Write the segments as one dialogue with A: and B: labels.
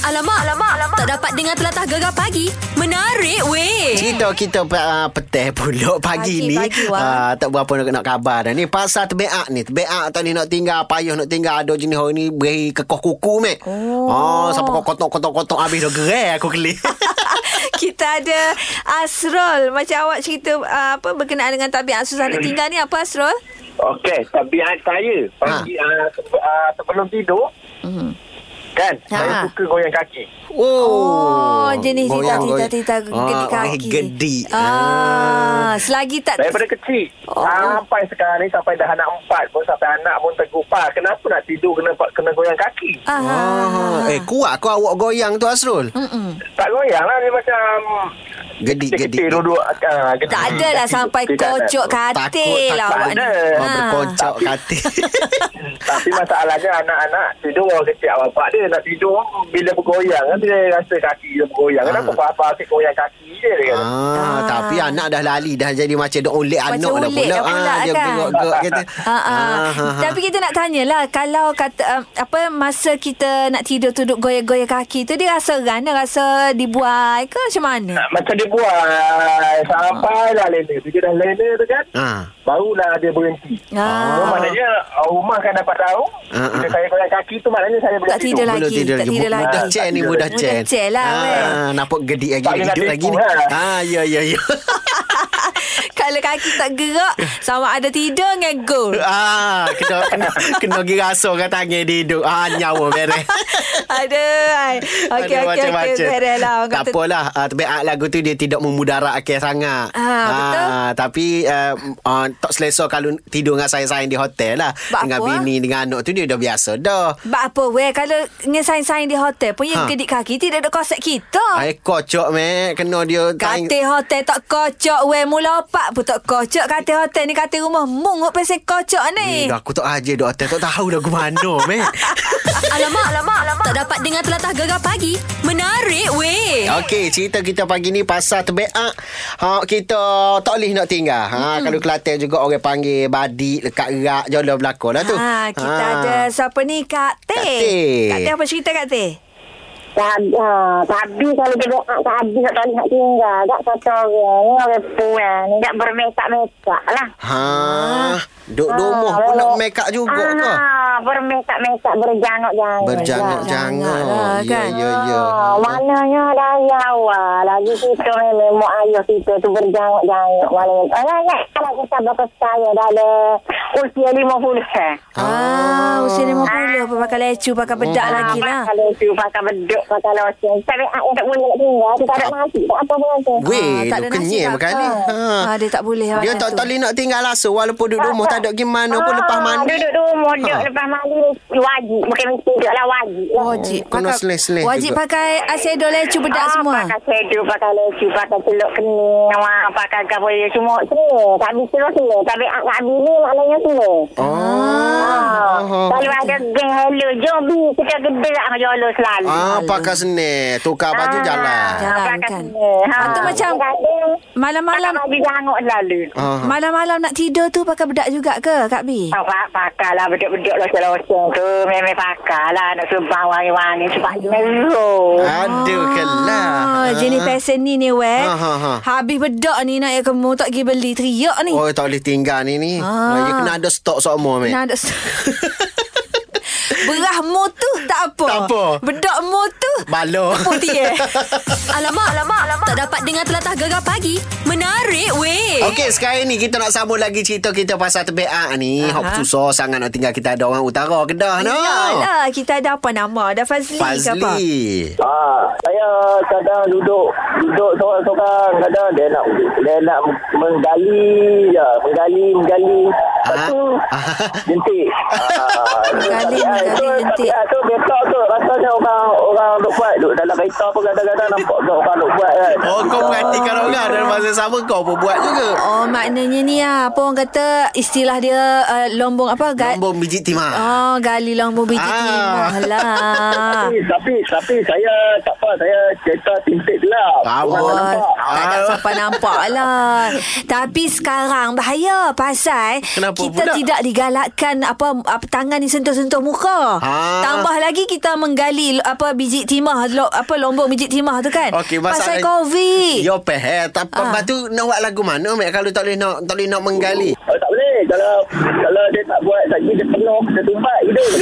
A: Alamak, alamak, alamak. Tak dapat dengar telatah gegar pagi. Menarik weh.
B: Cerita kita uh, petang pula pagi,
A: Pagi,
B: ni
A: pagi,
B: uh,
A: Wah.
B: Tak berapa nak, nak kabar dah ni Pasal terbeak ni Terbeak tak ni nak tinggal Payuh nak tinggal Ada jenis hari ni Beri kekoh kuku mek
A: Oh.
B: oh Sampai kau kotok-kotok-kotok Habis dah gerai aku keli
A: Kita ada Asrul. Macam awak cerita uh, apa berkenaan dengan tabiat susah nak tinggal ni apa Asrul?
C: Okey, tabiat saya pagi ha. uh, se- uh, sebelum tidur
A: Hmm.
C: kan
A: Ha.
C: ha. saya suka goyang kaki.
A: Oh, jenis tita-tita gedi
B: Ah,
A: kaki.
B: Gedi
A: Ah, selagi tak
C: Daripada kecil
A: Oh.
C: oh. sampai sekarang ni sampai dah anak empat pun sampai anak pun tergupar. Kenapa nak tidur kena kena goyang kaki?
A: Ah.
B: Ah. Eh kuat kau awak goyang tu Asrul
A: Mm-mm.
C: Tak goyang lah dia macam
B: Gedi gedi
C: kecil duduk uh,
A: Tak adalah sampai kocok katil
B: Takut,
A: lah
B: takut.
A: awak ni.
C: Ada.
B: Oh,
A: Ah.
B: berkocok katil
C: Tapi masalahnya anak-anak tidur orang kecil bapak dia nak tidur bila bergoyang kan dia rasa kaki dia bergoyang. Kenapa
B: Ah.
C: papa asyik goyang kaki je dia kata.
B: Ah, tapi anak dah lali dah jadi macam dok ulik
A: Macam
B: anak dah
A: ulik
B: pula. Ah,
A: dah pula,
B: dia
A: kan?
B: gerak-gerak kata.
A: Ha ah. Tapi kita nak tanyalah kalau kata um, apa masa kita nak tidur tu duduk goyang-goyang kaki tu dia rasa rana rasa dibuai ke macam mana?
C: Ah, Macam dia buat Sampai dah lena Bila dah lena tu kan
B: Ha.
C: Barulah dia berhenti
A: Ah.
C: So maknanya uh, Rumah kan dapat tahu
B: Ah,
C: Bila
B: ah.
C: saya goyang kaki tu Maknanya saya boleh
A: Tak tidur lah. lagi.
B: Belum tidur
A: tak
B: lagi.
A: tidur lagi.
B: Mudah cen ni
A: Mudah
B: mudah cen.
A: cen lah, weh.
B: Ah, nampak gedik lagi
C: Tak
B: nak
C: boleh
B: tidur
C: nak
B: lagi ni.
C: tipu, ha?
B: Ah, ya ya ya.
A: Kalau kaki tak gerak sama ada tidur dengan gol.
B: Ah, kena kena kena giraso kat tangan dia hidup. Ah, nyawa beres.
A: Aduh. Okey
B: Ada
A: okey okey.
B: macam-macam.
A: Beres lah. Orang
B: Tak
A: kata-
B: apalah uh, Terbaik lagu tu Dia tidak memudarat akhir sangat Ha,
A: Ah, betul.
B: Tapi uh, uh, Tak selesa kalau Tidur dengan sayang-sayang di hotel lah
A: Bak
B: Dengan
A: apa,
B: bini Dengan anak tu Dia dah biasa dah
A: Bak apa weh Kalau dengan sain-sain di hotel pun Yang
B: Ha.
A: gedik kaki Tidak ada konsep kita
B: Ai kocok meh kena dia tang-
A: Katil hotel tak kocok weh Mula opak pun tak kocok Katil hotel ni katil rumah Mung Huk pesen kocok
B: Eh,
A: ni
B: dah aku tak ajar dok hotel tak tahu dah aku mana meh.
A: alamak, alamak, alamak Tak dapat dengar telatah gegar pagi Menarik weh
B: Okey, cerita kita pagi ni pasal terbeak. Ha kita tak boleh nak tinggal. Ha
A: Hmm.
B: kalau Kelantan juga orang panggil badik lekat rak jolo belakang lah tu.
A: Ha, kita ha. ada siapa ni Kak Teh.
B: Kak Teh.
A: Kak Teh apa cerita Kak Teh?
D: Tadi, ha, tadi kalau dia doa tadi tak tahu nak tinggal. Tak satu orang. Ni orang puan. Ni tak bermetak-metak lah. Ha,
B: Ha,
A: Ah.
B: duk rumah pun nak make up juga ke?
D: Ah, bermetak-metak, berjangok-jangok.
B: Berjangok-jangok.
A: Janganlah,
B: Ya,
A: kan?
B: ya, ya.
D: Ah, Mananya dari awal lagi kita memang mak ayah kita tu berjangok-jangok malam. Alah ya, kalau kita bakal saya dah ada usia 50 kan.
A: Ah, usia 50 apa pakai lecu, pakai bedak
D: Ah,
A: lagi lah.
D: Kalau tu pakai beduk, pakai loceng. Tak ada ah, tak tak boleh nak tinggal, tu tak ada nasi, tak apa pun tu.
B: Ah. Weh,
A: Ah, tak
B: ha,
A: ada
B: kenyai
A: nasi
B: makan ni. Ha.
A: bakar. Ah, dia tak boleh
B: Dia
A: macam
B: tak
A: tu.
B: tak boleh nak tinggal langsung walaupun duduk rumah tak ada gimana pun lepas mandi.
D: Ah, Duduk rumah, duduk
B: Ha.
D: lepas mandi wajib. Bukan mesti duduk lah wajib. lah.
A: Wajib
B: Kena
A: pakai-
B: seleh-seleh
A: Wajib
B: juga.
A: pakai asedo lecu bedak
D: Ah,
A: semua.
D: Pakai sedu, pakai lecu, pakai celuk kening, awak pakai gabul dia semua sini. Tak habis semua sini. Tak habis tak habis ni maknanya sini. Ah.
B: Oh.
D: Kalau ada geng hello, jom bi kita gerak dengan jolo selalu. Ah,
B: Ah, pakai senar, tukar baju jalan.
A: Ah. Jalan,
D: pakai
A: kan?
D: sini. Ha.
A: Atau macam-
D: kadang
A: Malam-malam
D: pakai baju jangok selalu.
B: Ah.
A: malam-malam nak tidur tu pakai bedak juga ke Kak Bi?
D: Oh, pak pakai lah beduk-beduk loceng-loceng tu. Memang pakai lah nak sumpah wangi-wangi sebab merah.
B: Aduh kelah.
A: Ah, jenis pesen ni ni weh.
B: lah. Ha, ha, ha.
A: Habis bedak ni nak ya kamu tak pergi beli teriak ni.
B: Oh tak boleh tinggal ni ni.
A: Ah.
B: Ah. You kena ada stok semua meh.
A: Nak ada Berah mu tu tak apa.
B: Tak apa.
A: Bedak mu tu
B: Balo.
A: putih eh. alamak, alamak, alamak. Tak dapat dengar telatah gegar pagi. Menarik weh.
B: Okey, sekarang ni kita nak sambung lagi cerita kita pasal terbeak ni.
A: Aha.
B: Hop susah sangat nak tinggal kita ada orang utara Kedah no.
A: Yalah, kita ada apa nama? Ada Fazli, ke apa?
B: Fazli.
C: Ah, saya kadang duduk duduk seorang-seorang kadang dia nak dia nak menggali ya menggali menggali
B: Ah.
C: lepas tu
B: Ah.
C: jentik Ah,
A: Menggali,
C: ah,
A: menggali,
C: tu-
A: jentik.
C: ah, tu betok tu rasanya orang orang duk buat duk dalam kereta pun kadang-kadang nampak tu orang duk buat kan
B: Oh kau perhatikan orang dan masa sama kau pun buat juga.
A: Oh, maknanya ni ah, apa orang kata istilah dia uh, lombong apa? Ga-
B: Nombor biji timah.
A: Oh, gali lombong biji
B: Ah.
A: timah lah.
C: tapi, tapi tapi saya tak apa saya cerita tintik gelap
B: Ah,
C: Orang
B: buat.
C: nampak.
A: tak ada
B: Ah.
A: siapa nampak lah. Tapi sekarang bahaya pasal
B: Kenapa
A: kita
B: pula?
A: tidak digalakkan apa, apa tangan ni sentuh-sentuh muka.
B: Ah.
A: Tambah lagi kita menggali apa biji mijit timah lo, apa lombok mijit timah tu kan.
B: Okey,
A: Pasal
B: masalah-
A: COVID.
B: Yo peh eh. Tapi
A: Ah.
B: ha. tu nak buat lagu mana Mek kalau tak boleh nak tak boleh nak menggali.
E: Oh, tak boleh. Kalau kalau dia tak buat, tak dia penuh, dia tumpat hidung.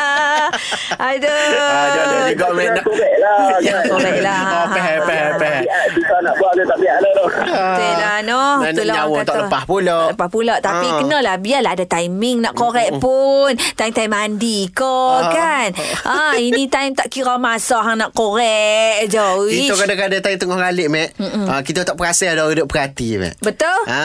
A: Aduh.
B: Ah, dia ada juga Mek.
E: Kena
B: nak-
E: korek lah.
A: Ya,
E: kan.
A: korek lah.
B: Oh peh peh peh.
E: Biar, Susah nak buat, dia tak biar lah tu.
A: Betul lah no
B: Ah. Nak-
A: Betul lah
B: nyawa
A: orang
B: tak
A: kata.
B: lepas pula.
A: Tak lepas pula Tapi
B: Ah.
A: kenalah Biarlah ada timing Nak korek pun Time-time mandi ko
B: Ah.
A: kan ah Ini time tak kira masa Hang nak korek je
B: Kita
A: Ish.
B: kadang-kadang tanya tengah ngalik, Mek. Ha, kita tak perasan ada orang duduk perhati, Mek.
A: Betul?
B: Ha,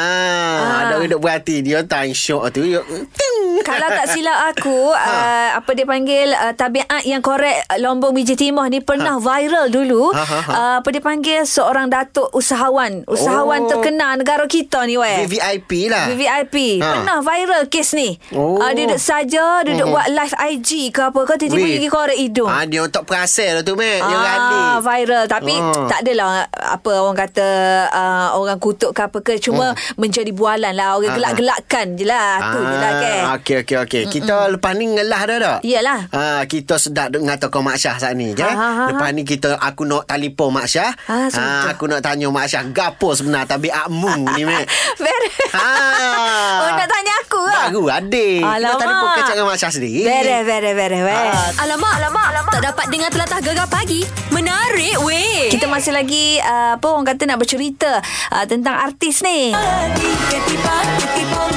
A: Ah.
B: ada orang duduk perhati. Dia time syok tu. Dia, ting.
A: Kalau tak silap aku uh,
B: Ah.
A: Apa dia panggil uh, Tabiat yang korek uh, Lombong biji timah ni
B: Ah.
A: Pernah viral dulu
B: Ha, ha, ha.
A: Uh, Apa dia panggil Seorang datuk usahawan Usahawan
B: Oh.
A: terkenal negara kita ni weh
B: VIP lah.
A: VVIP ha.
B: Ha.
A: Pernah viral kes ni oh.
B: Oh.
A: uh, Dia duduk saja Dia duduk buat live IG ke apa ke Tiba-tiba
B: Weh.
A: pergi korek hidung
B: Ha, dia tak perasan lah tu, Mek. Dia rali.
A: Ah, viral Tapi
B: Ah.
A: tak adalah Apa orang kata uh, Orang kutuk ke apa ke Cuma menjadi bualan lah Orang
B: Oh. Ah.
A: gelak-gelakkan je lah Itu je lah kan
B: Okey, okey, okey. Kita lepas ni ngelah dah tak?
A: Iyalah.
B: Ha, kita sedap duk ngata kau Mak Syah saat ni. Ha,
A: Ha, ha, ha,
B: Lepas ni kita, aku nak telefon Mak Syah.
A: Ah, sebetulnya.
B: aku nak tanya Mak Syah. Gapo sebenar tabiat mu ni, Mek?
A: Beres
B: Ha.
A: Oh nak tanya aku lah
B: Baru adik.
A: Alamak.
B: Kita telefon kacau dengan Mak Syah sendiri.
A: Beres, beres, beres, beres.
B: Ah.
F: Alamak, alamak, alamak. Tak dapat dengar telatah gegar pagi. Menarik, weh.
A: Kita masih lagi uh, apa orang kata nak bercerita uh, tentang artis ni.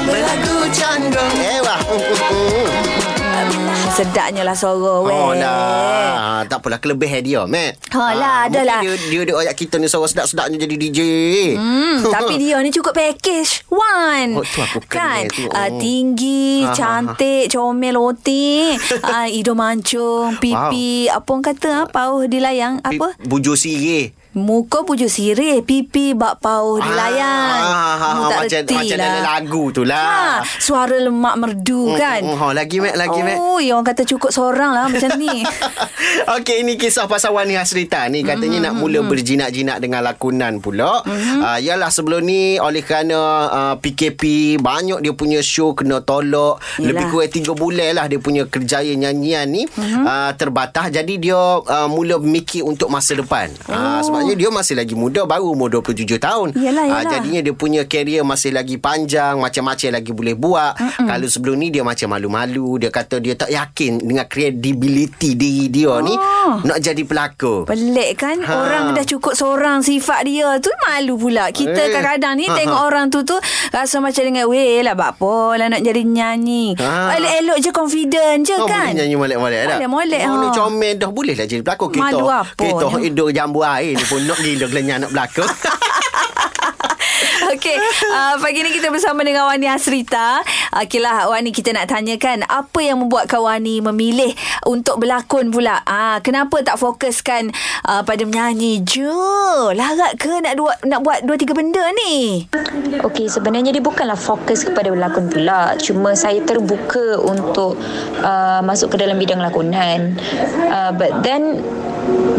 B: Lagu canggung Ewa
A: Hmm, sedapnya lah suara weh.
B: Oh lah Tak apalah Kelebih dia Matt
A: Oh lah, ada lah.
B: Dia dia duk ajak kita ni Suara sedap-sedapnya jadi DJ
A: Hmm, tapi dia ni cukup package One
B: Oh, tu aku
A: Kan
B: kenal tu.
A: Ah,
B: Oh.
A: Tinggi
B: Ah, ah,
A: Cantik Comel otik uh, Hidung mancung Pipi Apa orang kata Apa oh, dilayang Apa
B: Bujur sirih
A: Muka pujuk sirih Pipi bak pauh dilayang
B: ah, ah,
A: Mu
B: ah,
A: tak
B: Macam,
A: reti
B: macam
A: lah.
B: dalam lagu tu lah
A: Ha, suara lemak merdu kan.
B: mm, oh, lagi, Mat, lagi, Mat.
A: Oh, ya orang kata cukup seorang lah macam ni.
B: Okey, ini kisah pasal Wani Hasrita ni katanya nak mula berjinak-jinak dengan lakonan pula. Mm-hmm. Uh, yalah sebelum ni oleh kerana uh, PKP banyak dia punya show kena tolak.
A: Yelah.
B: Yalah. Lebih kurang tiga bulan lah dia punya kerjaya nyanyian ni mm-hmm. uh, terbatas. Jadi dia uh, mula mikir untuk masa depan. Oh. Uh, sebabnya dia masih lagi muda baru umur 27 tahun.
A: Yelah,
B: Ah,
A: yelah.
B: jadinya dia punya career masih lagi panjang, macam-macam lagi boleh buat. Mm-hmm. Kalau sebelum ni dia macam malu-malu, dia kata dia tak yakin dengan credibility diri dia oh. ni nak jadi pelakon.
A: Pelik kan ha.
B: Ha.
A: Orang dah cukup seorang Sifat dia tu malu pula Kita eh.
B: Eh.
A: kadang-kadang ni ha.
B: Ha, ha.
A: Tengok orang tu tu Rasa macam dengan Weh lah buat apa lah Nak jadi nyanyi ha.
B: Ha.
A: Elok-elok je confident je
B: Kau
A: kan
B: Oh, boleh nyanyi molek-molek dah.
A: Molek-molek, ha.
B: Molek comel dah boleh lah jadi pelakon. Kita,
A: Malu apa
B: Kita
A: ni?
B: hidup jambu air ni pun nak gila gelenyan nak pelakon.
A: Okey, uh, pagi ni kita bersama dengan Wani Hasrita. Okeylah Wani kita nak tanyakan apa yang membuatkan Wani memilih untuk berlakon pula? Ah, kenapa tak fokuskan uh, pada menyanyi je? Larat ke nak dua, nak buat dua tiga benda ni?
G: Okey, sebenarnya dia bukanlah fokus kepada berlakon pula. Cuma saya terbuka untuk uh, masuk ke dalam bidang lakonan. Uh, but then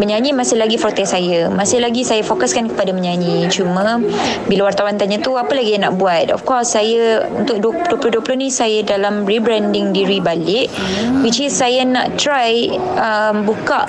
G: menyanyi masih lagi forte saya. Masih lagi saya fokuskan kepada menyanyi. Cuma bila wartawan tanya tu apa lagi yang nak buat? Of course saya untuk 2020 ni saya dalam rebranding diri balik which is saya nak try um, buka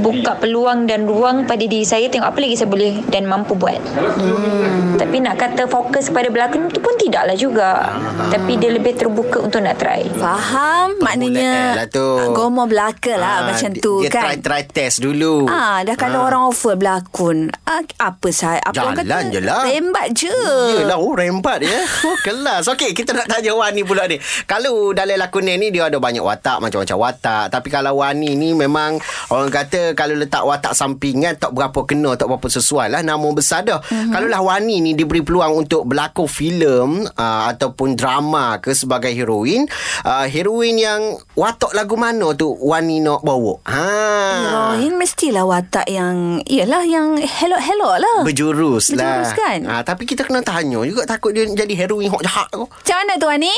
G: buka peluang dan ruang pada diri saya tengok apa lagi saya boleh dan mampu buat. Hmm. Tapi nak kata fokus kepada berlakon tu pun tidaklah juga. Tapi dia lebih terbuka untuk nak try.
A: Faham? Maknanya
B: lah tu.
A: ah, Gomo belaka lah
B: Ah,
A: macam
B: dia-
A: tu
B: dia
A: kan.
B: try-try test dulu.
A: Ah, dah kalau orang offer berlakon, ah, apa saya apa orang
B: Jalan
A: kata,
B: je lah.
A: Rembat je.
B: Yelah oh rembat ya Oh kelas Okey kita nak tanya Wani pula ni Kalau dalam lakonan ni Dia ada banyak watak Macam-macam watak Tapi kalau Wani ni Memang Orang kata Kalau letak watak sampingan Tak berapa kena Tak berapa sesuai lah Nama besar dah
A: Mhm.
B: mm-hmm. Kalau lah Wani ni Diberi peluang untuk Berlakon filem uh, Ataupun drama ke Sebagai ah, heroin uh, Heroin yang Watak lagu mana tu Wani nak bawa ha,
A: Rohin mestilah watak yang Yelah yang helok-helok lah
B: Berjurus lah
A: Berjurus kan?
B: ha, Tapi kita kena tanya juga Takut dia jadi heroin hok jahat tu
A: Macam mana Tuan ni?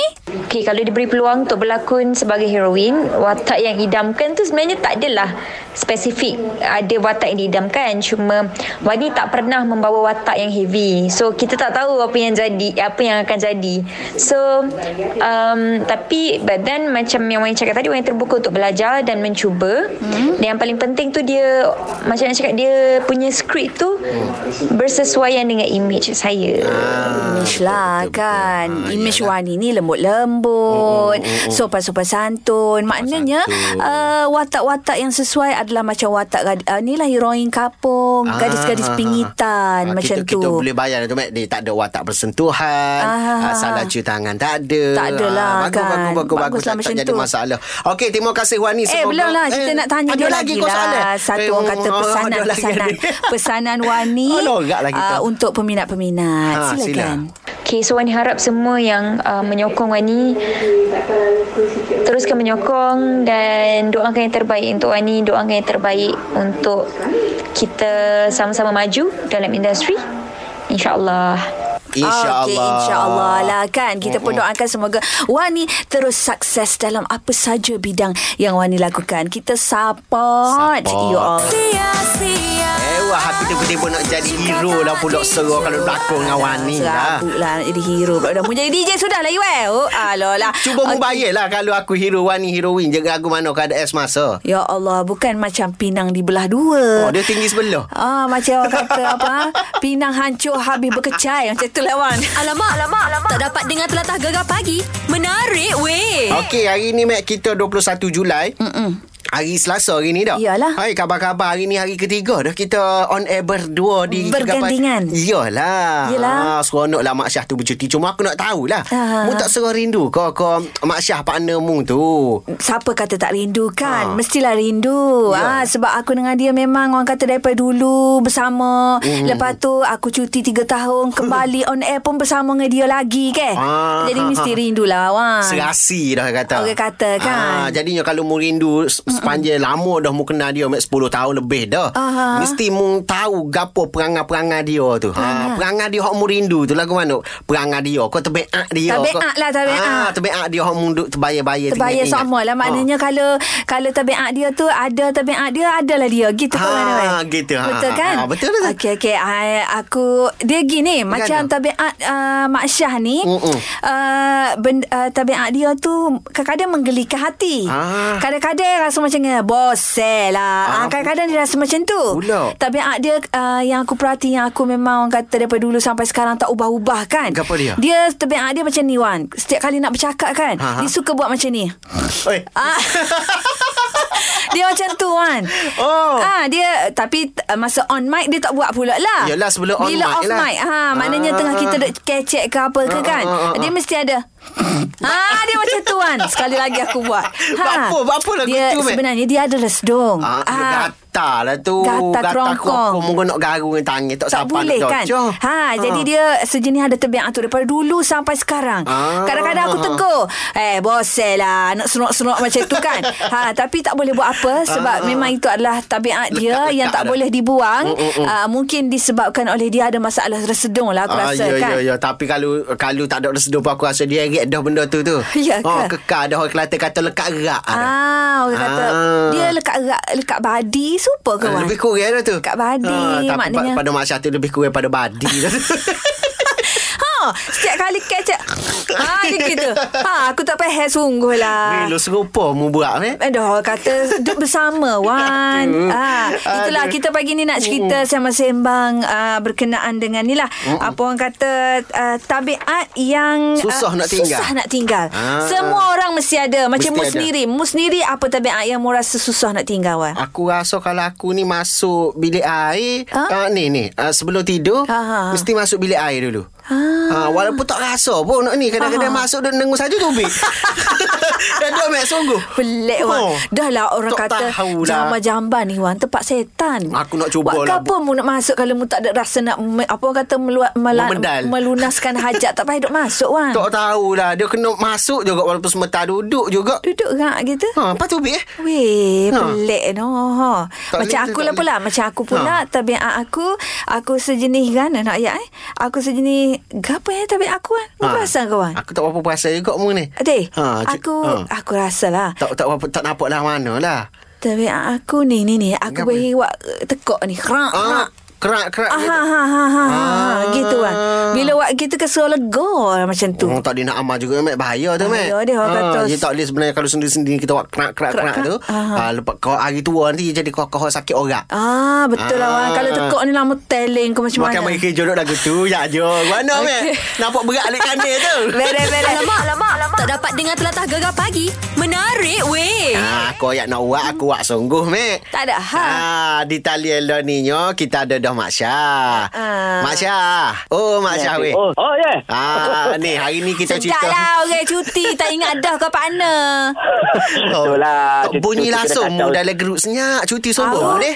G: Okey, kalau diberi peluang untuk berlakon sebagai heroin, watak yang idamkan tu sebenarnya tak adalah spesifik ada watak yang diidamkan. Cuma Wani tak pernah membawa watak yang heavy. So kita tak tahu apa yang jadi, apa yang akan jadi. So um, tapi badan macam yang Wani cakap tadi, Wani terbuka untuk belajar dan mencuba. Hmm. Dan yang paling penting tu dia macam nak cakap dia punya skrip tu bersesuaian dengan image saya.
B: Ah.
A: Image lah kan
B: ya
A: Image
B: lah.
A: Wani ni
B: Oh,
A: lembut-lembut Sopan-sopan santun Maknanya
B: santun.
A: uh, Watak-watak yang sesuai adalah macam watak gad- uh, Ni lah heroin kapung
B: Ah,
A: Gadis-gadis
B: ah, ah.
A: pingitan
B: Ah,
A: Macam
B: kita,
A: tu Eh,
B: Kita boleh bayar tu Mat. Dia tak ada watak bersentuhan.
A: Ah.
B: Ah. Salah cuci tangan tak ada.
A: Tak ada lah,
B: Ah, bagus,
A: kan.
B: bagus, bagus, bagus.
A: Baguslah
B: Tak, tak
A: macam
B: jadi
A: tu.
B: masalah. Okey, terima kasih Wani.
A: Eh belum lah Kita nak tanya
B: ada
A: dia lagi
B: kau
A: lah
B: soalan?
A: Satu
B: Eh,
A: orang kata
B: oh,
A: pesanan
B: ada lagi
A: Pesanan
B: ada.
A: pesanan Wani
B: Oh, lorak lah kita.
A: ah, Untuk peminat-peminat
B: Ah, sila.
A: Silakan
G: Okay, so Wani harap semua yang uh, menyokong Wani teruskan menyokong dan doakan yang terbaik untuk Wani, doakan yang terbaik untuk kita sama-sama maju dalam industri. InsyaAllah.
B: InsyaAllah.
A: Okey, InsyaAllah lah kan. Kita pun doakan semoga Wani terus sukses dalam apa saja bidang yang Wani lakukan. Kita support, Ya
B: Support.
A: you all.
F: Sia-sia.
B: Ewah, aku Eh, tiba-tiba nak jadi hero lah pulak serah kalau berlakon dengan Wani lah.
A: Serabut lah nak jadi hero pula. Dah pun jadi DJ sudah lah you eh. Oh, alolah.
B: Cuba mubayar lah kalau aku hero Wani heroin. Jaga aku mana kada es masa.
A: Ya Allah, bukan macam pinang dibelah dua.
B: Oh, dia tinggi sebelah.
A: Ah, macam orang kata apa ah, Pinang hancur habis berkecai Macam tu lah Wan
F: Alamak, alamak, alamak. Tak dapat dengar telatah gegar pagi. Menarik weh.
B: Okey, hari ni Mac kita 21 Julai. Mm-mm. Hari Selasa hari ni dah.
A: Iyalah.
B: Hai khabar-khabar hari ni hari ketiga dah kita on air berdua di
A: Bergandingan.
B: Gegapai. Iyalah.
A: Iyalah.
B: Ha, seronoklah Mak Syah tu bercuti. Cuma aku nak tahulah.
A: Ah.
B: Mu tak serah rindu ke ke Mak Syah partner mu tu?
A: Siapa kata tak rindu kan
B: Ha.
A: Mestilah rindu ha,
B: Ya.
A: Sebab aku dengan dia memang Orang kata daripada dulu Bersama
B: Hmm.
A: mm. Lepas tu aku cuti 3 tahun Kembali on air pun bersama dengan dia lagi ke
B: Ah,
A: Jadi
B: ha,
A: mesti
B: ha.
A: rindulah Wan
B: Serasi dah kata.
A: Ah. Orang kata, kan?
B: Ha, jadinya kalau mu rindu se- sepanjang lama dah mu kenal dia Mak 10 tahun lebih dah.
A: Aha.
B: Mesti mu tahu gapo perangai-perangai dia tu. Ha, perangai dia hok mu rindu tu lagu mana? Perangai dia kau terbeak dia.
A: Tabiat
B: kau-
A: lah, tabiat.
B: Ah, terbeak dia hok mu duk terbayar-bayar
A: Terbayar
B: teringat-ingat.
A: sama lah
B: Ah.
A: Maknanya kalau Kalau tabiat dia tu Ada tabiat dia Adalah dia Gitu
B: Ha,
A: kan Wan?
B: gitu. Ha,
A: Betul
B: ha,
A: kan
B: ha, betul lah.
A: Okey okey I- Aku Dia gini Macam
B: Kenapa?
A: tabiat uh, Mak Syah ni
B: Mm-mm.
A: uh, ben, uh, Tabiat dia tu Kadang-kadang menggelikan hati
B: Ah.
A: Kadang-kadang rasa macam "Eh, Bosel lah ah.
B: Ah.
A: Kadang-kadang dia rasa macam tu
B: Pula.
A: Tabiat dia uh, Yang aku perhati Yang aku memang orang kata Daripada dulu sampai sekarang Tak ubah-ubah kan
B: Apa dia?
A: Dia tabiat dia macam ni Wan Setiap kali nak bercakap kan
B: Ha, ha.
A: Dia suka buat macam ni
B: Oh. Oi.
A: Ah. dia macam tu kan.
B: Oh.
A: Ah dia tapi uh, masa on mic dia tak buat pula lah.
B: Yalah, sebelum on
A: Bila
B: mic
A: off
B: lah.
A: mic. Ha maknanya
B: Ah.
A: tengah kita duk kecek ke apa ke
B: Ah,
A: kan.
B: ah, ah, ah.
A: Dia mesti ada. ah dia macam tu kan. Sekali lagi aku buat. Ha.
B: Buat apa? Buat apa lagu
A: dia,
B: tu, Mat?
A: Sebenarnya dia adalah sedung.
B: Ah, gatal lah tu.
A: Gatal kerongkong.
B: Mungkin nak garu dengan tangan.
A: tak
B: Tak, sabar
A: boleh
B: nak Ah.
A: kan
B: docoh.
A: ha, Jadi dia sejenis ada tebiat tu Daripada dulu sampai sekarang
B: Ah.
A: Kadang-kadang aku tegur Eh bosel lah Nak senok-senok macam tu kan ha, Tapi tak boleh buat apa Sebab
B: Ah.
A: memang itu adalah tabiat dia
B: Lekat-lekat
A: Yang tak
B: dah.
A: boleh dibuang
B: Mm, mm, mm.
A: Ah, Mungkin disebabkan oleh dia Ada masalah tersedung lah aku
B: Ah,
A: rasa
B: ya,
A: kan
B: Ya, ya. Tapi kalau kalau tak ada resedup pun aku rasa dia erat dah benda tu tu.
A: Ya ke?
B: Oh, kekal dah orang Kelantan kata lekat erat. dah.
A: Ah, orang kata
B: Ah.
A: dia lekat erat- lekat badi super ke
B: Ah,
A: Wan?
B: lebih kurang dah tu. Ah,
A: Kat badi,
B: tapi
A: maknanya.
B: pa- pada masa tu lebih kurang pada badi dah tu.
A: Ha, setiap kali catch up. Ha, dia gitu. Ha, aku tak faham sungguh lah.
B: Bila serupa mu buat eh.
A: Aduh, kata duduk bersama Wan.
B: Aduh.
A: ha, itulah
B: Aduh.
A: kita pagi ni nak cerita sembang-sembang uh, berkenaan dengan ni lah. Apa orang kata uh, tabiat yang ah,
B: Susah nak tinggal.
A: Susah nak tinggal.
B: Ah.
A: Semua orang mesti ada. Macam
B: Mesti
A: mu
B: ada.
A: sendiri, mu sendiri apa tabiat yang mu rasa susah nak tinggal Wan?
B: Aku rasa kalau aku ni masuk bilik air
A: Ha?
B: ha? uh, Ni ni uh, Sebelum tidur
A: Ha, ha, ha.
B: Mesti masuk bilik air dulu
A: Ah. Ha,
B: Ha, walaupun tak rasa pun ni kadang-kadang masuk dia dengung saja tubik. Dan dia ambil sungguh.
A: Pelik Wan
B: Oh.
A: Dah lah orang
B: Tak
A: kata
B: tahu lah.
A: Jamban-jamban ni Wan Tempat setan
B: Aku nak cuba
A: Buat
B: lah,
A: apa mu nak masuk Kalau mu tak ada rasa nak me- Apa orang kata melua, mela,
B: Memedal.
A: Melunaskan hajat Tak payah duk masuk Wan
B: Tak tahulah Dia kena masuk juga Walaupun sementara duduk juga
A: Duduk rak gitu
B: Ha, lepas tu Bik eh
A: Weh,
B: Ha.
A: pelik no. Ha.
B: Tak
A: Macam
B: boleh,
A: aku
B: tak
A: lah
B: boleh.
A: pula. Macam aku pula, ha. tabiat aku, aku sejenis kan nak ayat eh. Aku sejenis, apa ya tabiat aku kan? Ha. Perasan kawan?
B: Aku tak berapa perasan juga mu ni
A: Adik,
B: Ha, cik-
A: aku
B: ha.
A: aku rasalah.
B: Tak tak berapa, tak nampak lah mana lah
A: Tabiat aku ni, ni, ni. Aku
B: Kenapa?
A: beri awak eh, tekok ni. Kerak,
B: Ah,
A: kerak.
B: Kerak-kerak
A: Ah,
B: gitu.
A: ha, ha, ha, ha, ha,
B: Ah.
A: gitu kan. Bila awak gitu kesal lega lah macam tu.
B: Oh, tak boleh nak amal juga, Mat. Bahaya tu, Mat.
A: Bahaya dia, orang kata.
B: Dia tak boleh sebenarnya kalau sendiri-sendiri kita buat kerak-kerak-kerak tu.
A: Kerak-kerak. Aha.
B: Ha, lepas kau hari tua nanti jadi kau kau sakit orang.
A: Ah, betul lah Wan.
B: Ah.
A: Kalau tekok ni lama teling ke macam
B: Makan
A: mana.
B: bagi kerja duduk lagu tu. Ya, je. Mana, Mat?
A: Okey.
B: Nampak berat alik kandil tu.
A: Beres, beres.
F: Alamak, alamak, alamak. Tak dapat dengar telatah gegar pagi. Menarik weh.
B: Ha, kau yang nak buat, aku buat sungguh, Mek.
A: Tak ada hal.
B: Ha, di talian lo ni nyo, kita ada dah Mak
A: Ah.
B: Syah.
A: Ya,
B: Mak Syah. Oh, Mak Syah weh.
E: Oh, oh yeah.
B: Ha, ni hari ni kita
A: Sedap
B: cerita.
A: lah orang cuti Tak ingat dah ke mana
E: Betul lah.
B: Tak Oh. bunyi
E: Cuti- cuti
B: langsung
E: kena
B: mu
E: kacau.
B: dalam geruk senyap. Cuti sombong
A: Awak.
B: deh.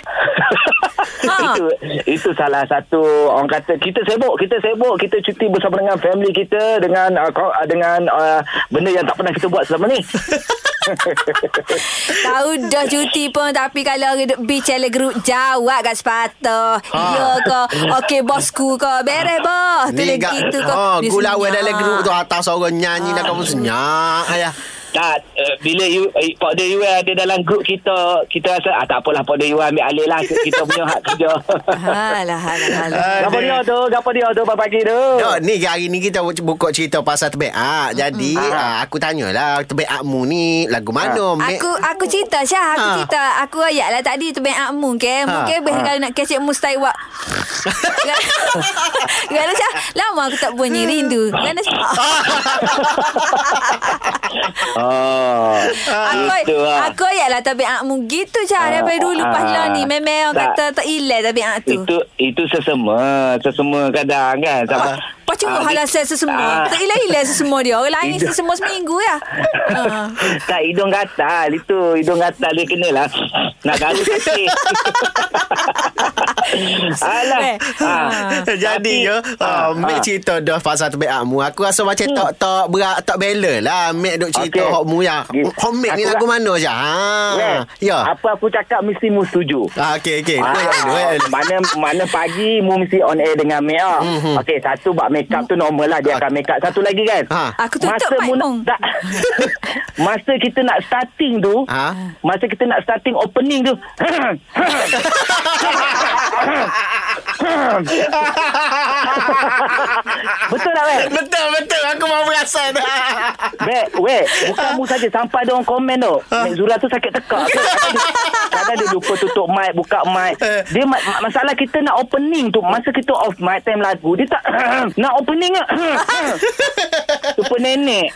A: ha.
E: Itu itu salah satu orang kata kita sibuk, kita sibuk, kita cuti bersama dengan family kita dengan uh, kau- uh, dengan uh, benda yang tak pernah kita buat selama ni.
A: Tahu dah cuti pun Tapi kalau orang duduk Bi challenge group Jawab kat sepatah ha. Ya ke Okey bosku ke Beres boh Tu
B: Ni
A: lagi
B: gak,
A: tu ke
B: oh,
A: Dia
B: gula awal
A: senyap.
B: dalam geruk tu atas orang nyanyi lah dah
A: Ah.
B: kamu senyap. Ayah.
E: tak uh, bila you eh, Pak Dia UL ada dalam grup kita, kita rasa ah tak apalah Pak Dia UL ambil alih lah kita punya hak kerja.
A: Alah alah
B: Ah.
A: alah
E: Gapa dia tu, gapa dia tu pagi-pagi tu.
B: Dok, ni hari ni kita buka cerita pasal tebek ah. Jadi ah, aku tanyalah tebek mu ni lagu
E: Ah.
B: mana? Mek?
A: Aku aku cerita Syah Aku
B: Ha.
A: cerita Aku ayat lah tadi Tu banyak mu ke Mungkin ha. ha. kalau nak kecek Mustai wak Kerana Syah Lama aku tak bunyi rindu Kerana
E: Oh.
A: Aku
E: Gitu lah.
A: aku ialah tabiatmu gitu cara
E: Ah,
A: daripada dulu
E: ah,
A: pas lah ni memang orang
E: tak.
A: kata tak ilai tabiat tu.
E: Itu itu sesama, sesama kadang kan. Sampai,
B: Ah.
A: Kau cuba halah saya
E: Ah.
A: sesemua. Tak ilai-ilai sesemua dia. Orang lain sesemua seminggu ya. Ha.
E: Tak hidung gatal itu hidung gatal dia kenalah nak garu sakit. Alah.
A: Eh.
E: Ha.
B: Jadi ya ah, Mek cerita dah Pasal tebek mu Aku rasa macam tak Tak berat Tak balance lah Mek duk cerita
E: Hmm. Okey.
B: okay. Mu yang
E: Gi-
B: Hok Mek ni
E: aku
B: lagu
E: ra-
B: mana je ha. Ya
E: Apa aku cakap mesti mu setuju.
B: ah, Okay okay
E: Ah,
B: Well well
E: mana mana pagi mu mesti on air dengan Mia.
B: Mhm.
E: Mm-hmm. Okey, satu bab make up tu normal lah dia akan make up. Satu lagi kan.
B: Ha.
A: Aku tutup mic,
E: mu nak-
A: Mong.
E: tak, masa kita nak starting tu,
B: Ha.
E: masa kita nak starting opening tu. Betul tak, Wek?
B: Betul betul Aku mau perasan
E: Eh. Wek, Wek, bukan mu saja sampai ada orang komen tu.
B: Ah.
E: Mek Zura tu sakit tekak. tu. Kadang dia- Kadang dia lupa tutup mic, buka mic.
B: Eh.
E: Dia ma- ma- masalah kita nak opening tu. Masa kita off mic time lagu, dia tak nak opening ke? Super nenek.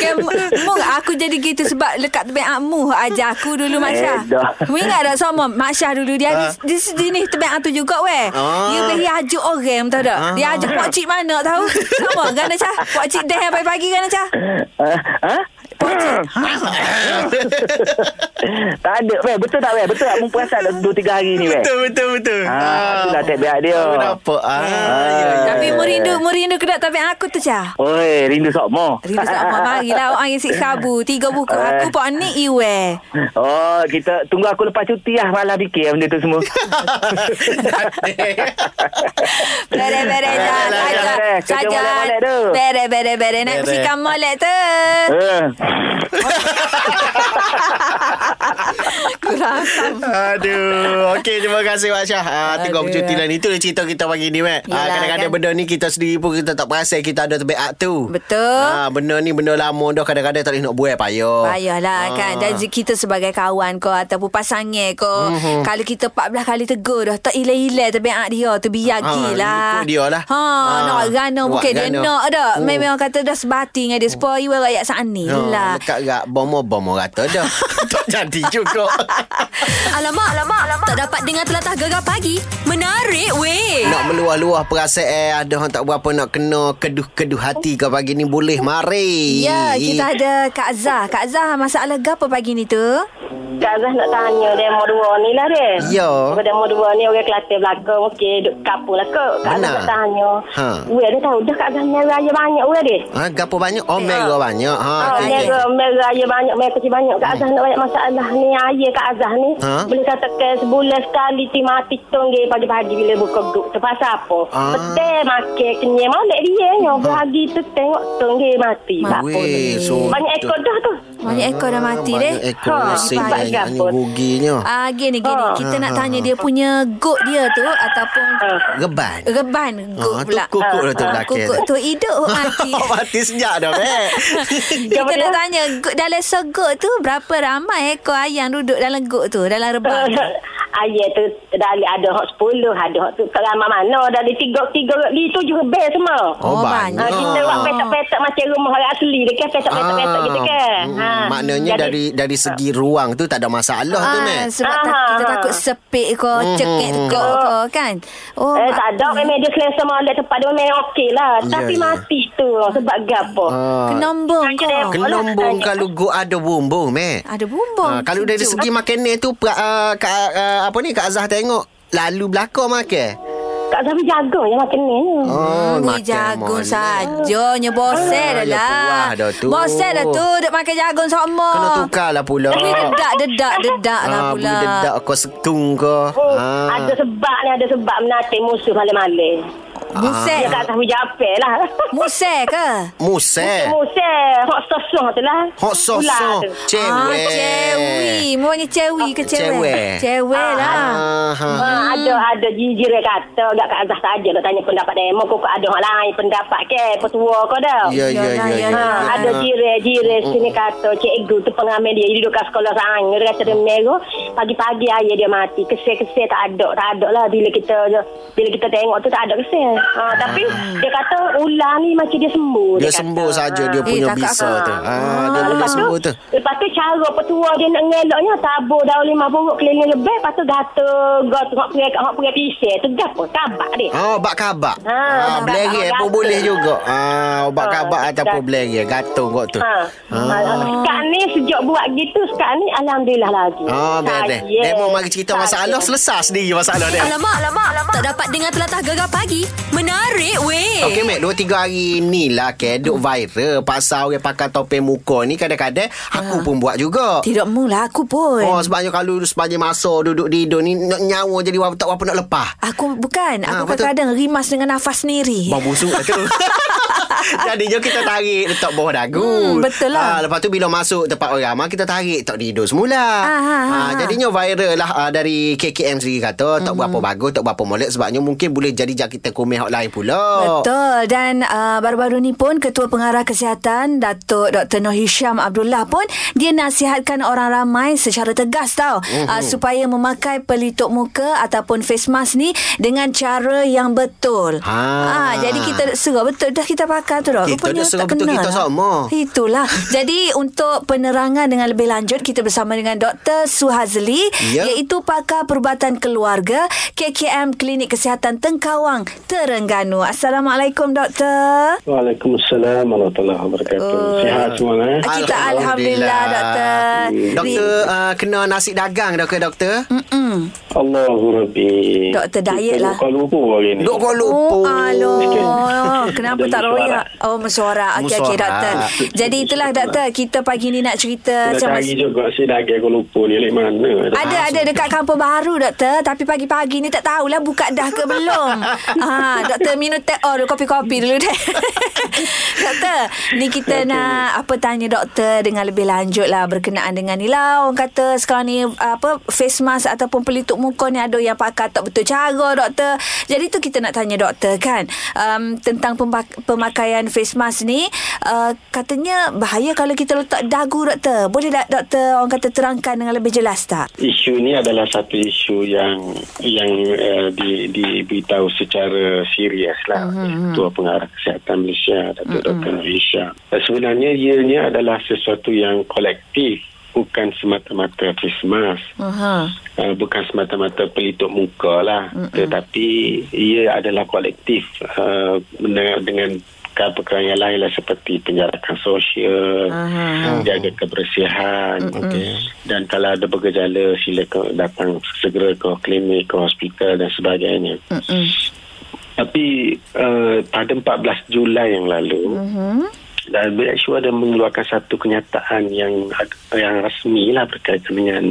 A: Kan mung aku jadi gitu sebab lekat tabiatmu ajar aku dulu Mak Syah.
E: Eh, dah.
A: Mu ingat tak sama Mak Syah dulu dia
E: Ha.
A: ada di sini tabiat tu juga weh.
B: Ah.
A: Dia pergi ajuk orang tahu tak? Dia
E: Ha.
A: ajuk pak cik mana tahu? Sama kan Syah? Pak cik dah pagi-pagi kan Syah?
E: Ah, ah? tak ada Weh betul tak Weh Betul tak Mu perasan dah 2-3 hari ni Weh
B: Betul betul betul
E: Ah, itulah tekbir dia.
B: Kenapa ah, ya, ya.
A: Tapi merindu merindu kedai tabiat aku tu Syah.
E: Oi rindu sok mo
A: Rindu sama Marilah orang yang sik sabu Tiga buku
E: Eh.
A: Aku pak ni iwe
E: Oh kita Tunggu aku lepas cuti lah Malah fikir benda tu semua
A: Bere bere Saja
E: Beres, beres, beres. lah, Kerja
A: Saja
E: molek-molek tu.
A: Bere bere bere Nak
B: Beres.
A: sikam molek tu
E: Eh.
A: Kurang
B: Aduh Okey terima kasih Mak Syah ah, Tengok
A: Aduh, ya.
B: bercuti lah ni Itulah cerita kita pagi ni Mat ah,
A: Yalah,
B: Kadang-kadang
A: kan?
B: benda ni Kita sendiri pun Kita tak perasan Kita ada terbeak tu
A: Betul.
B: ah, Benda ni benda lama dah Kadang-kadang tak boleh nak buat Payah Ah.
A: Payahlah kan Dan je- kita sebagai kawan kau Ataupun pasangan kau
B: Mhm.
A: mm-hmm. Kalau kita 14 kali tegur dah Tak ilai-ilai tabiat dia Tu biar
B: Ha,
A: gila
B: ikut dia lah.
A: ha,
B: Ha,
A: Nak gana
B: buat
A: Mungkin dia
B: gana.
A: nak dah
B: Oh.
A: Memang kata dah sebati dengan dia Sepoi Iwa rakyat saat ni
B: Ha,
A: lah
B: Lekat gak Bomo-bomo rata dah Tak Nanti cukup.
F: Alamak, alamak, alamak. Tak dapat dengar telatah gegar pagi. Menarik weh.
B: nak meluah-luah perasaan eh, ada orang tak berapa nak kena keduh-keduh hati ke pagi ni boleh mari.
A: Ya, kita ada Kak Zah. Kak Zah, masalah apa pagi ni tu?
H: Kak Zah nak tanya demo dua ni lah dia.
B: Ya.
H: Sebab demo dua ni orang Kelantan belaka okey duk kapur lah ke. Kak Zah
B: Benar.
H: nak tanya.
B: Ha.
H: Ha. Weh dia tahu dah Kak Zah ni raya banyak weh dia.
B: Ha, gapo banyak? Oh, merah banyak. Ha,
H: Ha,
B: okey. okey.
H: merah, merah raya banyak, merah kecil banyak. Kak Azah nak banyak masalah ni. Ayah Kak Azah ni.
B: Ha?
H: Boleh katakan sebulan sekali ti mati tonggih pagi-pagi bila buka grup tu. Pasal apa?
B: Ah.
H: Petai makan kenyai molek dia. Nyoba pagi tu tengok tonggih mati. Tak apa.
B: Weh, so
H: Banyak ekor dah tu.
A: Banyak ekor dah mati
B: Ah, banyak
A: deh.
B: ekor
H: Ha, sebab
B: ha, ni
H: gapo?
B: ruginya.
A: Ah, gini gini
H: Ha.
A: kita nak
B: Ha, ha,
A: tanya
B: ha.
A: dia punya goat dia tu ataupun
B: Geban.
A: reban goat
B: Ha, tu
A: pula.
B: kukuk lah tu
A: Ah,
B: belakang
A: Kukuk tu hidup mati.
B: Oh, mati sejak dah, Mek.
A: Kita nak tanya goat dalam segot tu berapa ramai ekor ayam duduk dalam goat tu dalam rebang. tu?
H: Ayah Ah, ya, tu dari ada hak 10, ada hak tu tak ramai mana. Dari tiga, tiga, di tujuh bel semua.
A: Oh,
B: Oh, banyak.
H: Ha, kita buat petak-petak macam rumah orang asli dia kan petak-petak-petak
B: Ah,
H: gitu kan.
B: mm,
H: Ha.
B: Maknanya
H: Jadi-
B: dari dari segi ruang tu tak ada masalah tu, Mek.
A: Ah,
B: Hmm,
A: sebab tak,
H: Ah.
A: kita takut sepik ke, cekik ke, ke kan. Oh,
H: Eh,
A: mak-
H: tak ada memang dia selesa molek tempat dia memang okey lah.
B: Ya,
H: Tapi
B: ya.
H: mati tu sebab gapo.
B: Ah,
A: Kenombong kau.
B: Kenombong kalau go ada bumbung, Mek.
A: Ada bumbung.
B: Ha, kalau dari
A: Oh, Sejuk.
B: segi makanan tu pra, uh, Kak, uh, apa ni Kak Azah tengok lalu belakang makan.
H: Kak Zami jaga yang makan ni.
B: Oh,
A: Ui, Hmm, jagung saja nya bosan dah
B: ya
A: lah.
B: puas dah tu.
A: Bosan dah tu duk makan jagung sama.
B: Kena tukar lah pula.
A: Tapi dedak dedak dedak lah
B: Ah,
A: pula.
B: boleh dedak kau setung kau.
H: Oh,
B: Ah.
H: Ada sebab ni, ada sebab menanti musuh malam-malam.
A: Musek.
H: Ya,
B: Ah.
H: Kak Zami japek lah.
B: Eh.
A: Musek ke?
B: Musel.
H: Musuh, hok sosong tu lah.
B: Hok
H: Ular
B: sosok.
A: Ah,
H: tu.
B: oh. Cewek.
A: cewi. Maunya cewi ke cewek?
B: Cewek.
A: Cewek lah.
B: Ah, ha.
H: Ha, ada ada jijik dia kata Gak Kak Azah saja nak tanya pendapat demo Kau ada orang lain pendapat ke Petua kau dah
B: Ya, Oh. ya,
A: Yalah,
B: ya, ya.
A: yalah.
H: Ha,
B: ya.
H: ada jire-jire sini kata cikgu tu pengamen dia dia duduk kat sekolah sangat dia kata dia merah pagi-pagi ayah dia mati kesel-kesel tak ada tak ada lah bila kita bila kita tengok tu tak ada kesel ha, tapi dia kata ular ni macam dia sembuh
B: Ah. Dia
H: kata.
B: sembuh saja dia
A: Eh,
B: punya
A: kakak
B: bisa
A: aku.
B: tu. Ah, dia boleh
H: lepas
B: sembuh tu.
H: Lepas tu cara petua dia nak ngeloknya tabur daun lima buruk keliling lebih lepas tu gata got hok pergi hok pergi pisah tu gapo tabak dia.
B: Oh, obat kabak.
H: Ha, obat
B: Ah, belerek
H: kabak
B: pun
H: gatung.
B: boleh juga. Ah, obat
H: Ha,
B: kabak ataupun
H: gatung.
B: belerek gatung kot tu. Ah,
H: Ha. ha. Sekarang ni sejak buat gitu sekarang ni alhamdulillah lagi.
B: Oh, bebek.
H: Saya-
B: Demo mari cerita masalah
H: saya-
B: selesai sendiri masalah dia.
F: Alamak, alamak, alamak. Tak dapat dengar telatah gegar pagi. Menarik weh.
B: Okey, Mek. Dua, tiga hari ni lah ke duk viral pasal orang pakai topeng muka ni kadang-kadang aku pun buat juga.
A: Tidak mula aku pun.
B: Oh, sebabnya kalau sepanjang masa duduk di hidung ni nak nyawa jadi wa- tak apa nak lepas.
A: Aku bukan.
B: Ah,
A: Aku
B: betul.
A: kadang-kadang rimas dengan nafas sendiri.
B: Bau busuk lah tu Jadi jom kita tarik Letak bawah dagu
A: Hmm, betul
B: Ah,
A: lah.
B: Lepas tu bila masuk tempat orang mah Kita tarik Tak di hidung semula
A: Ah, ah,
B: Ah,
A: ah,
B: Jadinya viral lah ah, Dari KKM sendiri kata Tak
A: Hmm.
B: berapa bagus Tak berapa molek Sebabnya mungkin boleh jadi Jangkitan komen hot lain pula
A: Betul dan uh, baru-baru ni pun Ketua Pengarah Kesihatan Datuk Dr. Noh Hisham Abdullah pun dia nasihatkan orang ramai secara tegas tau
B: Mhm.
A: mm-hmm. uh, supaya memakai pelitup muka ataupun face mask ni dengan cara yang betul.
B: Ha.
A: Ah, jadi kita suruh betul dah kita pakai tu dah.
B: Kita
A: Rupanya
B: dah suruh
A: tak
B: betul,
A: kena
B: kita
A: lah.
B: sama.
A: Itulah. jadi untuk penerangan dengan lebih lanjut kita bersama dengan Dr. Suhazli
B: Ya.
A: iaitu itu pakar perubatan keluarga KKM Klinik Kesihatan Tengkawang Terengganu. Assalamualaikum doktor.
I: Waalaikumsalam warahmatullahi wabarakatuh.
A: Oh.
I: Sihat semua eh?
A: Kita
B: Alhamdulillah.
A: alhamdulillah doktor.
B: Doktor uh, Kena nasi dagang Doktor Doktor
A: Mm, Mm-mm.
I: Allahu Rabbi.
A: Doktor, diet lah.
I: Buka lupa hari ni.
B: Duk kau
A: Oh,
B: lupa
A: aloh. Kenapa tak
I: Ada
A: royak?
I: mesyuarat.
A: Oh, mesyuarat. Okey, okey,
B: Mesyuarat.
A: doktor. Jadi itulah, doktor. Kita pagi ni nak cerita
I: Dah
A: macam
I: cari juga si daging aku lupa ni Lek mana
A: Ada ada dekat kampung baru doktor tapi pagi-pagi ni tak tahulah buka dah ke belum. ah doktor minum teh oh dulu kopi-kopi dulu deh. doktor, ni kita nak apa tanya doktor dengan lebih lanjut lah berkenaan dengan ni lah orang kata sekarang ni apa face mask ataupun pelitup muka ni ada yang pakai tak betul cara doktor. Jadi tu kita nak tanya doktor kan um, tentang pembak- pemakaian face mask ni uh, katanya bahaya kalau kita letak dagu doktor. Boleh tak doktor orang kata terangkan dengan lebih jelas tak?
I: Isu ni adalah satu isu yang yang uh, di diberitahu secara serius lah mm-hmm. Ketua Pengarah Kesihatan Eh, Malaysia Datuk mm-hmm. Dr. Malaysia. Sebenarnya ianya adalah sesuatu yang kolektif bukan semata-mata face mask.
A: Aha.
I: Uh, bukan semata-mata pelitup muka lah Mm-mm. tetapi ia adalah kolektif uh, dengan, dengan perkara yang lain lah seperti penjarakan sosial uh-huh. jaga kebersihan okay. dan kalau ada bergejala silakan datang segera ke klinik ke hospital dan sebagainya
A: Mm-mm.
I: tapi uh, pada 14 Julai yang lalu uh-huh. dan WHO ada mengeluarkan satu kenyataan yang yang rasmi lah berkaitan dengan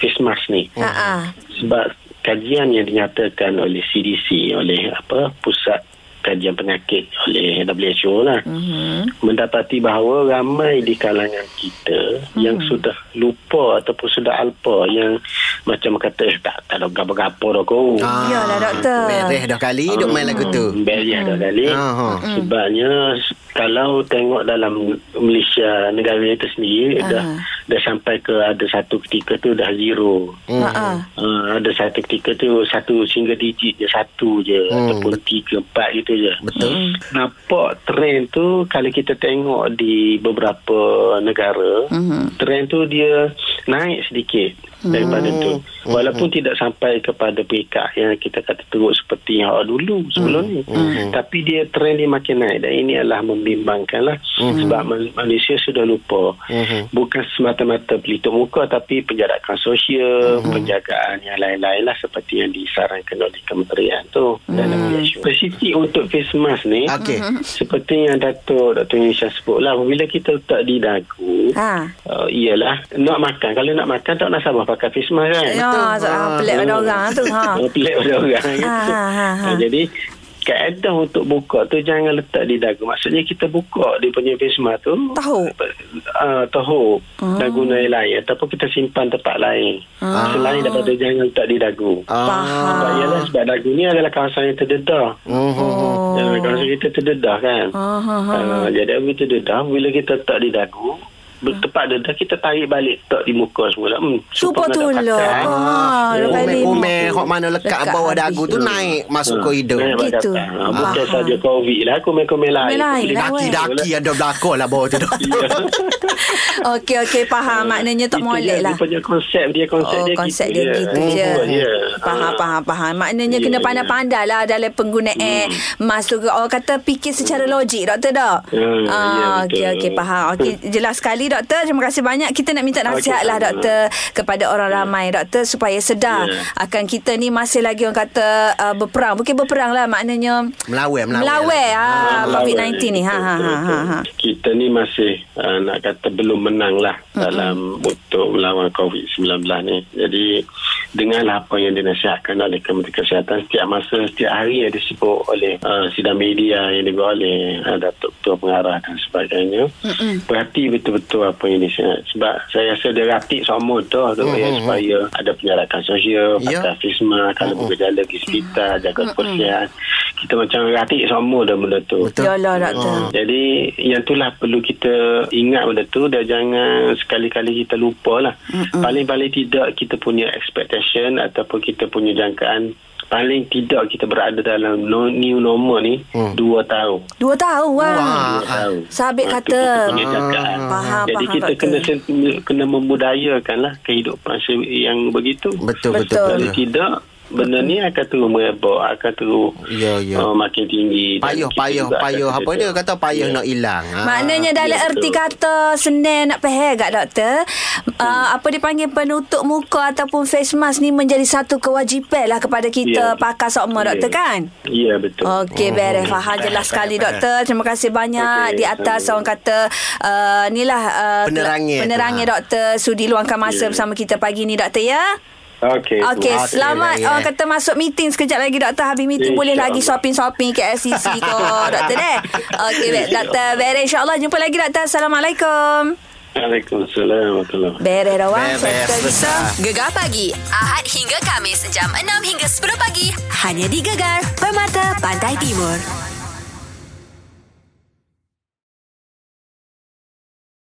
I: face mask ni.
A: Ha ah.
I: Sebab kajian yang dinyatakan oleh CDC oleh apa pusat kajian penyakit oleh WHO lah mm-hmm. mendapati bahawa ramai di kalangan kita mm-hmm. yang sudah lupa ataupun sudah alpa yang macam kata eh, tak tak ada gapo-gapo dah kau
B: Ah,
A: mm, Iyalah, doktor.
B: Mereh dah kali duk main lagu tu.
I: Barrier dah kali.
B: Aha.
I: Sebabnya s- kalau tengok dalam Malaysia negara itu sendiri
A: Ah.
I: dah dah sampai ke ada satu ketika tu dah zero.
B: Hmm.
A: Ha ah.
I: Uh, ada satu ketika tu satu single digit je satu je
B: Hmm,
I: hmm. ataupun tiga empat gitu je
A: Mm.
B: Betul.
I: nampak trend tu kalau kita tengok di beberapa negara hmm. trend tu dia naik sedikit daripada tu walaupun tidak sampai kepada peringkat yang kita kata teruk seperti yang awal dulu sebelum ni tapi dia trend dia makin naik dan ini adalah membimbangkan lah sebab man- manusia sudah lupa
A: Hmm.
I: bukan semata-mata pelitup muka tapi penjarakan sosial
A: Hmm.
I: penjagaan yang lain-lain lah seperti yang disarankan oleh kementerian tu dan
A: Hmm.
I: WHO spesifik untuk face mask ni
B: Okey.
A: Mm,
I: seperti yang Datuk Dr. Nisha sebut lah bila kita letak di dagu
A: Ha.
I: uh, ialah nak makan kalau nak makan tak nak sabar pakai face mask kan
A: Ya, ah, pelik pada orang tu. Ha.
I: Ah, pelik pada orang gitu.
A: ha, ha, ha.
I: Ah, Jadi kaedah untuk buka tu jangan letak di dagu. Maksudnya kita buka dia punya pesma tu.
A: Tahu.
I: Uh, tahu. Dagu lain-lain. Ataupun kita simpan tempat lain. Selain daripada jangan letak di dagu.
B: Ah.
I: Sebab ialah sebab dagu ni adalah kawasan yang terdedah.
B: Mhm.
I: Oh. Kawasan kita terdedah kan.
A: Ah, ah,
I: Uh, jadi apabila terdedah, bila kita letak di dagu,
A: Ha.
I: Tepat dedah kita tarik balik tak di muka semula. Hmm,
A: Super
I: nak
A: tu
I: pakai.
A: lah. Ah,
I: Oh,
A: lepas ni.
B: Umeh-umeh hok mana lekat
A: Lekat
B: bawah
A: habis.
B: dagu tu naik
I: Hmm.
B: masuk koridor.
I: Saya
A: Gitu.
I: kata, ah, Bukan
A: Faham.
I: saja COVID lah. Komen-komen lain.
A: Komen lain
I: Boleh
A: lah,
I: kaki
A: weh.
I: dah.
B: Daki-daki ada belakang lah bawah tu.
I: Ya.
A: Okey, okey. Faham. Maknanya tak
I: Eh, Itu
A: molek
I: dia,
A: lah.
I: Dia punya konsep dia. Konsep
A: Oh,
I: dia
A: konsep
I: gitu
A: dia gitu je. Faham,
I: Ah.
A: faham, faham. Maknanya
I: Ya,
A: kena
I: ya. Hmm.
A: pandai-pandai lah dalam penggunaan mask tu. Orang kata fikir secara logik, doktor tak?
I: Hmm, ya,
A: Ah, Okey,
I: betul.
A: okey, faham. Okey, jelas sekali, doktor. Terima kasih banyak. Kita nak minta nasihat
I: Okey,
A: lah,
I: sama.
A: doktor, kepada orang ramai, doktor, supaya sedar
I: Ya.
A: akan kita ni masih lagi orang kata ah, berperang. Bukan berperang lah, maknanya
B: Melawai, melawai. lah.
A: melawai.
I: Ah,
A: ah,
I: lawan,
A: COVID-19 ni.
I: eh.
A: Ha, ha,
I: Betul,
A: ha, ha,
I: betul.
A: ha.
I: Kita ni masih uh, nak kata belum menang lah dalam untuk melawan COVID-19 ni. Jadi dengarlah apa yang dinasihatkan oleh Kementerian Kesihatan setiap masa, setiap hari yang disebut oleh uh, sidang media yang dibuat oleh uh, Datuk Ketua Pengarah dan sebagainya. Mm-mm. Perhati betul-betul apa yang dinasihat. Sebab saya rasa dia ratik semua tu mm-hmm. ya, supaya ada penjarakan sosial,
B: Ya.
I: yeah. pakai face mask, kalau bergejala pergi hospital, jaga kebersihan. Kita macam ratik semua dah benda tu.
B: Betul.
A: Yalah, Ya doktor.
I: Jadi yang itulah perlu kita ingat benda tu dan jangan sekali-kali kita lupa lah. Mm-mm. Paling-paling tidak kita punya expectation ataupun kita punya jangkaan paling tidak kita berada dalam no, new normal ni mm. dua tahun.
A: Dua tahun, wah.
I: Dua tahun.
A: Sabit
I: Ah,
A: kata.
I: tu kita punya jangkaan.
A: Faham,
I: eh. Jadi
A: faham,
I: kita
A: doktor.
I: kena sen- kena memudayakan lah kehidupan se- yang begitu.
B: Betul,
A: Betul.
B: betul.
I: Kalau
B: betul.
I: tidak benda ni akan terus merebak, akan terus
B: Ya, ya.
I: Uh, makin tinggi. Dan
B: Payuh,
I: kita
B: payuh,
I: juga akan
B: payuh. Apa
I: terdedah.
B: dia kata payuh
I: Ya.
B: nak hilang. Ah.
A: Maknanya dalam
I: ya,
A: erti
I: betul.
A: kata Senin nak pahal kat doktor uh, Apa dipanggil penutup muka Ataupun face mask ni Menjadi satu kewajipan lah Kepada kita
I: Ya.
A: pakai sokma doktor
I: Ya.
A: kan
I: Ya betul.
A: Okey, Oh. beres. Faham jelas sekali, doktor. Terima kasih banyak
I: Okey,
A: di atas
I: sama.
A: orang kata uh, inilah uh,
B: Penerangan.
A: penerangan
B: Ha.
A: doktor sudi luangkan masa
I: Ya.
A: bersama kita pagi ni, doktor ya.
I: Okey.
A: Okey,
B: Okey,
A: selamat
B: ya, ya.
A: orang kata masuk meeting sekejap lagi doktor. Habis meeting boleh
I: InsyaAllah.
A: lagi shopping-shopping KLCC tu doktor deh. Okey, baik doktor. Beres insya-Allah jumpa lagi doktor. Assalamualaikum.
I: Waalaikumsalam warahmatullahi
A: Beres dah wang.
B: Beres,
A: Saya betul kita.
B: besar.
F: Gegar pagi Ahad hingga Kamis jam 6 hingga 10 pagi hanya di Gegar Permata Pantai Timur.